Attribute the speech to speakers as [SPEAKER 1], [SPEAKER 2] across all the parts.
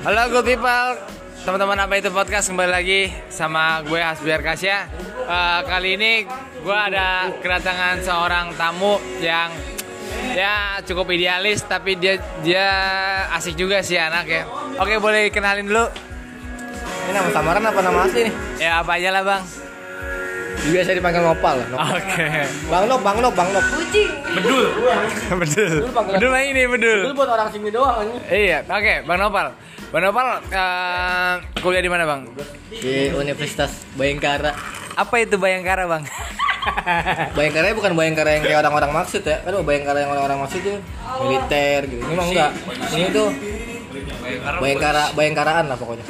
[SPEAKER 1] Halo good people, teman-teman apa itu podcast kembali lagi sama gue Hasbiar Kasya. Eh, kali ini gue ada kedatangan seorang tamu yang ya cukup idealis tapi dia dia asik juga sih anak ya. Oke boleh kenalin dulu.
[SPEAKER 2] Ini nama samaran apa nama asli nih?
[SPEAKER 1] Ya apa aja lah bang.
[SPEAKER 2] Biasa dipanggil Nopal. Nop-
[SPEAKER 1] Oke.
[SPEAKER 2] Bang Nop, Bang Nop, Bang Nop.
[SPEAKER 1] Bedul. bedul. Bedul lah ini bedul.
[SPEAKER 2] buat orang sini doang ini.
[SPEAKER 1] Iya, oke, Bang Nopal. Bang Nopal eh, kuliah di mana, Bang?
[SPEAKER 2] Di Universitas Bayangkara.
[SPEAKER 1] Apa itu Bayangkara, Bang?
[SPEAKER 2] Bayangkara bukan Bayangkara yang kayak orang-orang maksud ya. Kan Bayangkara yang orang-orang maksud tuh militer gitu. Ini mah enggak. Ini tuh Bayangkara Bayangkaraan lah pokoknya.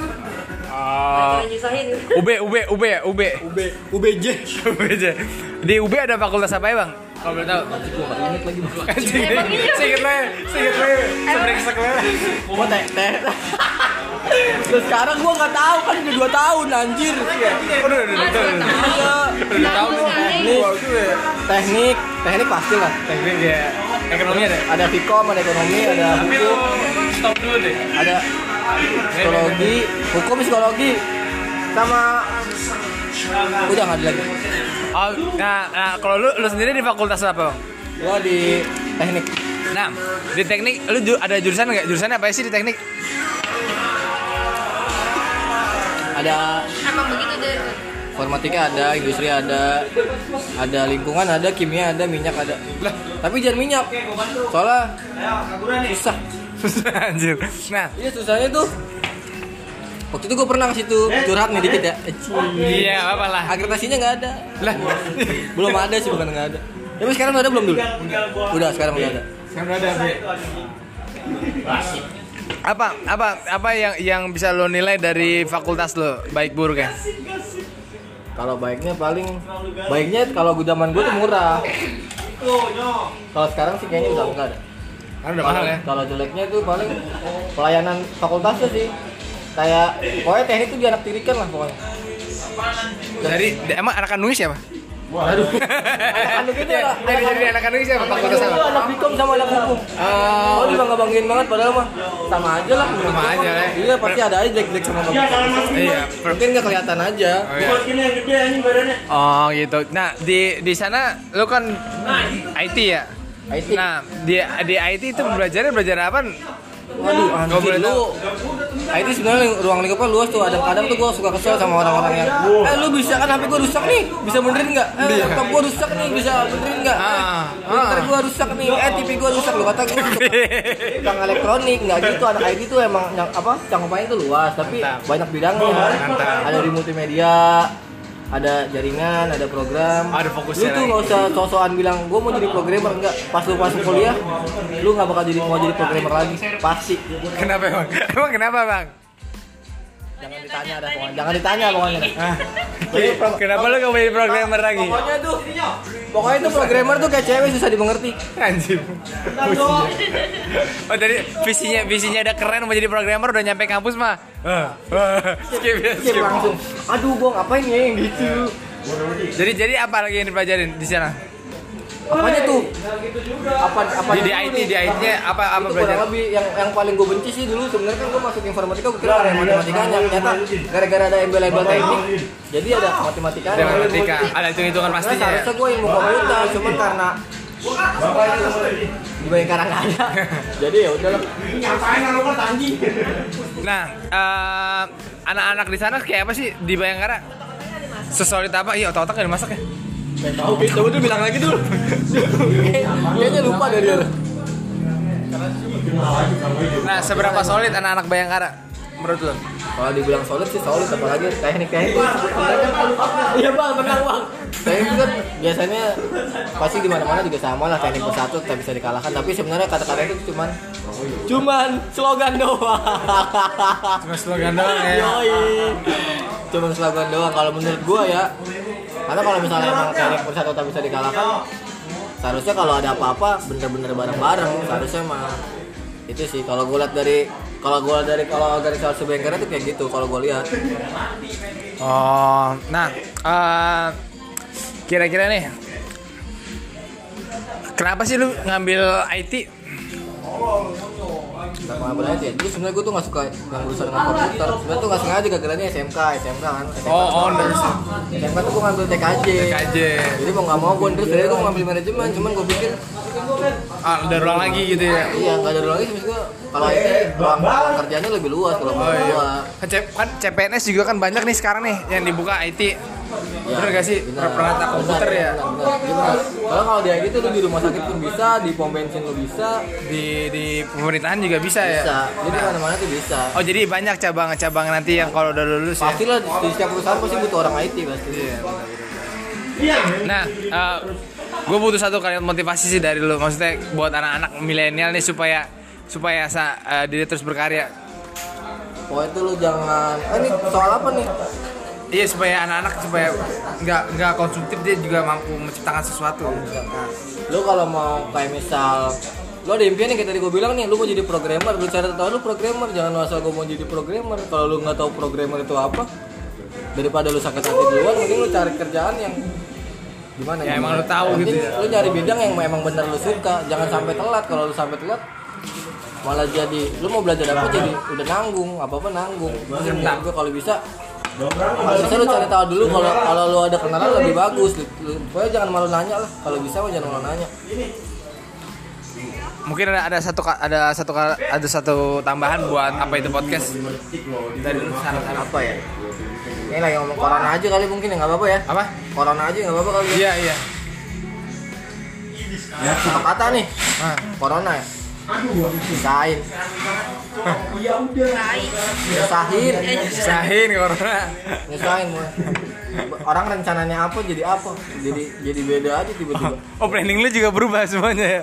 [SPEAKER 1] UB, UB, UB ya, UB.
[SPEAKER 2] UB UBJ.
[SPEAKER 1] UB aja. Di UB ada fakultas apa ya, Bang? Kalau boleh tahu. Anjing, deh. Singkat lah, singkat lah. Sebrek sekelar.
[SPEAKER 2] Oh, teh teh. Terus sekarang gua nggak tahu kan udah 2 tahun anjir.
[SPEAKER 1] Aduh, aduh, aduh.
[SPEAKER 2] Iya. Teknik, teknik, teknik pasti lah.
[SPEAKER 1] Teknik ya. Ekonominya deh.
[SPEAKER 2] Ada Vkom, ada ekonomi, ada hukum.
[SPEAKER 1] stop dulu deh.
[SPEAKER 2] ada psikologi, hukum psikologi sama udah nggak ada lagi.
[SPEAKER 1] Oh, nah, nah kalau lu lu sendiri di fakultas apa, Bang?
[SPEAKER 2] Gua di teknik
[SPEAKER 1] Nah, di teknik lu ju- ada jurusan nggak? Jurusan apa sih di teknik?
[SPEAKER 2] ada
[SPEAKER 3] Emang begitu deh.
[SPEAKER 2] informatika ada, industri ada, ada lingkungan ada, kimia ada, minyak ada. Lah, tapi jangan minyak. Soalnya susah.
[SPEAKER 1] Anjir. Nah,
[SPEAKER 2] Iya susahnya tuh. Waktu itu gue pernah ke situ curhat nih dikit ya. Eci.
[SPEAKER 1] iya, apa lah.
[SPEAKER 2] Akreditasinya nggak ada.
[SPEAKER 1] Lah.
[SPEAKER 2] Belum ada sih bukan nggak ada. Ya, Tapi sekarang udah ada belum dulu? Udah sekarang udah ada.
[SPEAKER 1] Apa apa apa yang yang bisa lo nilai dari fakultas lo baik ya? buruknya?
[SPEAKER 2] Kalau baiknya paling baiknya kalau gue zaman gue tuh murah. Kalau sekarang sih kayaknya udah enggak ada.
[SPEAKER 1] Kan udah mahal ya.
[SPEAKER 2] Kalau jeleknya tuh paling pelayanan fakultasnya sih. Kayak pokoknya teknik tuh dianaktirikan lah pokoknya.
[SPEAKER 1] Dari emang anak kandungnya siapa?
[SPEAKER 2] Aduh. Anak itu
[SPEAKER 1] Ya,
[SPEAKER 2] lah.
[SPEAKER 1] Dari dari anak kandungnya siapa fakultas
[SPEAKER 2] Anak
[SPEAKER 1] apa?
[SPEAKER 2] itu anak hukum sama anak hukum. Oh, dia bangga banggain banget padahal mah sama aja lah.
[SPEAKER 1] Sama aja lah.
[SPEAKER 2] Iya pasti ada aja jelek-jelek sama bagus.
[SPEAKER 1] Iya. per-
[SPEAKER 2] Mungkin nggak kelihatan aja.
[SPEAKER 1] oh, iya. Oh gitu. Nah di di sana lo kan IT ya.
[SPEAKER 2] IT.
[SPEAKER 1] Nah di di IT itu belajarnya belajar apa?
[SPEAKER 2] Waduh,
[SPEAKER 1] Gak boleh
[SPEAKER 2] anjir lu. Nah, itu sebenarnya ling- ruang lingkupnya luas tuh. Kadang-kadang tuh gua suka kesel sama orang-orang yang, "Eh, lu bisa kan HP gua rusak nih, bisa benerin enggak? Eh, laptop gua rusak nih, bisa benerin enggak? Eh,
[SPEAKER 1] Iya. Ah,
[SPEAKER 2] printer gua rusak nih. Eh, TV gua rusak lu kata gua suka tentang elektronik nggak gitu anak IT tuh emang yang apa cangkupannya tuh luas tapi
[SPEAKER 1] Mantap.
[SPEAKER 2] banyak bidangnya
[SPEAKER 1] Mantap.
[SPEAKER 2] ada di multimedia ada jaringan ada program
[SPEAKER 1] Ada fokusnya
[SPEAKER 2] lu tuh
[SPEAKER 1] lagi.
[SPEAKER 2] nggak usah sosokan bilang gue mau jadi programmer enggak pas lu masuk kuliah lu nggak bakal jadi mau jadi programmer lagi pasti
[SPEAKER 1] Kenapa emang? Emang kenapa bang?
[SPEAKER 2] jangan ditanya dah pokoknya jangan ditanya pokoknya dah.
[SPEAKER 1] Jadi, Kenapa lo gak mau jadi programmer lagi?
[SPEAKER 2] pokoknya tuh pokoknya tuh programmer tuh kayak cewek susah dimengerti
[SPEAKER 1] Anjir. Oh dari visinya visinya ada keren mau jadi programmer udah nyampe kampus mah. Eh, eh, skip ya,
[SPEAKER 2] Dia
[SPEAKER 1] skip.
[SPEAKER 2] langsung aduh gue ngapain ya yang gitu
[SPEAKER 1] Jadi jadi apa lagi yang dipelajarin di sana?
[SPEAKER 2] pokoknya tuh apa apa
[SPEAKER 1] Di, di IT di IT-nya apa apa
[SPEAKER 2] itu
[SPEAKER 1] belajar?
[SPEAKER 2] kurang lebih yang yang paling gue benci sih dulu sebenarnya kan gue masuk informatika gue kira ada matematikanya ternyata gara-gara ada embel-embel teknik jadi ada matematikanya
[SPEAKER 1] Ada matematika, ada hitung-hitungan
[SPEAKER 2] Sebenarnya
[SPEAKER 1] pastinya ya.
[SPEAKER 2] seharusnya gue ilmu komputer cuman karena di Bayangkara nggak ada jadi ya udahlah
[SPEAKER 1] Nah, eh, anak-anak di sana kayak apa sih di Bayangkara? Sesolid apa? Iya, otak-otak gak dimasak ya?
[SPEAKER 2] Gak tahu coba tuh bilang lagi dulu kayaknya lupa dari orang
[SPEAKER 1] Nah, seberapa solid anak-anak Bayangkara? Menurut lo?
[SPEAKER 2] kalau dibilang solid sih solid apalagi teknik teknik iya bang benar bang teknik itu kan biasanya pasti di mana mana juga sama lah teknik bersatu tak bisa dikalahkan tapi sebenarnya kata-kata itu cuman cuman slogan doang
[SPEAKER 1] Cuma slogan doang ya.
[SPEAKER 2] Yoi. cuman slogan doang kalau menurut gua ya karena kalau misalnya emang teknik bersatu tak bisa dikalahkan seharusnya kalau ada apa-apa bener-bener bareng-bareng seharusnya mah itu sih kalau gue lihat dari kalau gue lihat dari kalau garis halus bengkara tuh kayak gitu kalau gue lihat
[SPEAKER 1] Oh, nah, eh, kira-kira nih, kenapa sih lu ngambil IT?
[SPEAKER 2] nggak collaborate ya. Jadi sebenarnya gue tuh nggak suka yang berurusan dengan komputer. Sebenarnya tuh nggak sengaja gagalnya SMK, SMK kan. SMK
[SPEAKER 1] Oh,
[SPEAKER 2] tuh-
[SPEAKER 1] honors.
[SPEAKER 2] SMK tuh gue ngambil TKJ.
[SPEAKER 1] TKJ.
[SPEAKER 2] Jadi mau nggak mau gue terus dari gue ngambil manajemen, cuman gue pikir
[SPEAKER 1] Ah, ada ruang lagi gitu ya.
[SPEAKER 2] iya nggak ada lagi sebenarnya gua, kalau ini ruang ruang kerjanya lebih luas kalau
[SPEAKER 1] Eh, Oh
[SPEAKER 2] menurut
[SPEAKER 1] iya.
[SPEAKER 2] gue.
[SPEAKER 1] Kan C- Kan CPNS juga kan banyak nih sekarang nih yang dibuka IT.
[SPEAKER 2] Ya,
[SPEAKER 1] Bener gak sih?
[SPEAKER 2] benar.
[SPEAKER 1] Perangkat
[SPEAKER 2] Benar,
[SPEAKER 1] komputer ya.
[SPEAKER 2] benar, benar. Benar. Soalnya kalau dia gitu lu di rumah sakit pun bisa, di pom bensin lu bisa,
[SPEAKER 1] Di di pemerintahan juga bisa,
[SPEAKER 2] bisa.
[SPEAKER 1] ya.
[SPEAKER 2] Jadi
[SPEAKER 1] Nah.
[SPEAKER 2] mana-mana tuh bisa.
[SPEAKER 1] Oh jadi banyak cabang-cabang nanti yang kalau udah lulus ya.
[SPEAKER 2] Pasti lah di setiap perusahaan pasti butuh orang IT pasti.
[SPEAKER 1] Iya, Nah, gue butuh satu kalimat motivasi sih dari lo. Maksudnya buat anak-anak milenial nih supaya supaya sa, eh, dia terus berkarya.
[SPEAKER 2] Pokoknya tuh lu jangan, eh ini soal apa nih?
[SPEAKER 1] Iya supaya anak-anak supaya nggak nggak konsumtif dia juga mampu menciptakan sesuatu. Nah,
[SPEAKER 2] Lu kalau mau kayak misal lu ada impian nih kayak tadi gue bilang nih lu mau jadi programmer lu cari tahu lu programmer jangan lu asal gue mau jadi programmer kalau lu nggak tahu programmer itu apa daripada lu sakit hati duluan mending lu cari kerjaan yang gimana
[SPEAKER 1] Ya,
[SPEAKER 2] gimana?
[SPEAKER 1] emang lu tahu
[SPEAKER 2] Yang
[SPEAKER 1] gitu
[SPEAKER 2] penting
[SPEAKER 1] ya.
[SPEAKER 2] lu nyari bidang yang emang bener lu suka jangan sampai telat kalau lu sampai telat malah jadi lu mau belajar apa jadi udah nanggung apa apa nanggung
[SPEAKER 1] Mantap.
[SPEAKER 2] gue kalau bisa kalau bisa lu cari tahu dulu kalau kalau lu ada kenalan lebih bagus lu, lu, pokoknya jangan malu nanya lah kalau bisa mah jangan malu nanya
[SPEAKER 1] Mungkin ada ada satu ka- ada satu ka- ada satu tambahan buat apa itu podcast dari lu, saran-saran.
[SPEAKER 2] apa ya ini lagi ngomong corona aja kali mungkin ya nggak apa-apa ya
[SPEAKER 1] apa?
[SPEAKER 2] corona aja nggak apa-apa kali ya
[SPEAKER 1] Iya iya.
[SPEAKER 2] Apa kata nih
[SPEAKER 1] Ah.
[SPEAKER 2] corona ya Sain, Ya
[SPEAKER 3] Baik.
[SPEAKER 2] nyusahin,
[SPEAKER 1] Sahin corona.
[SPEAKER 2] nyusahin mulai. Orang rencananya apa jadi apa? Jadi jadi beda aja tiba-tiba.
[SPEAKER 1] Oh planning lu juga berubah semuanya ya.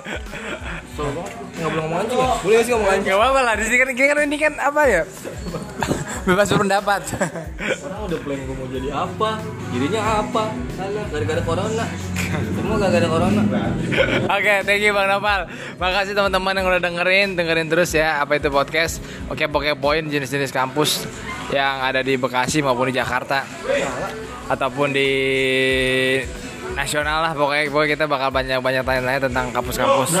[SPEAKER 2] Soalnya banget. nggak boleh ngomong anjing ya? Boleh nggak sih ngomong anjing?
[SPEAKER 1] Gak apa-apa lah di sini kan, kan ini kan apa ya? Bebas berpendapat.
[SPEAKER 2] Orang udah plan gue mau jadi apa, jadinya apa? Salah, gara-gara corona. Semua gara-gara corona.
[SPEAKER 1] Oke, thank you Bang Nopal. Makasih teman-teman yang udah dengerin, dengerin terus ya apa itu podcast. Oke, pokoknya poin jenis-jenis kampus yang ada di Bekasi maupun di Jakarta ataupun di nasional lah pokoknya, pokoknya kita bakal banyak-banyak tanya-tanya tentang kampus-kampus.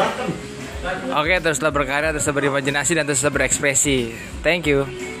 [SPEAKER 1] Oke, teruslah berkarya, teruslah berimajinasi dan teruslah berekspresi. Thank you.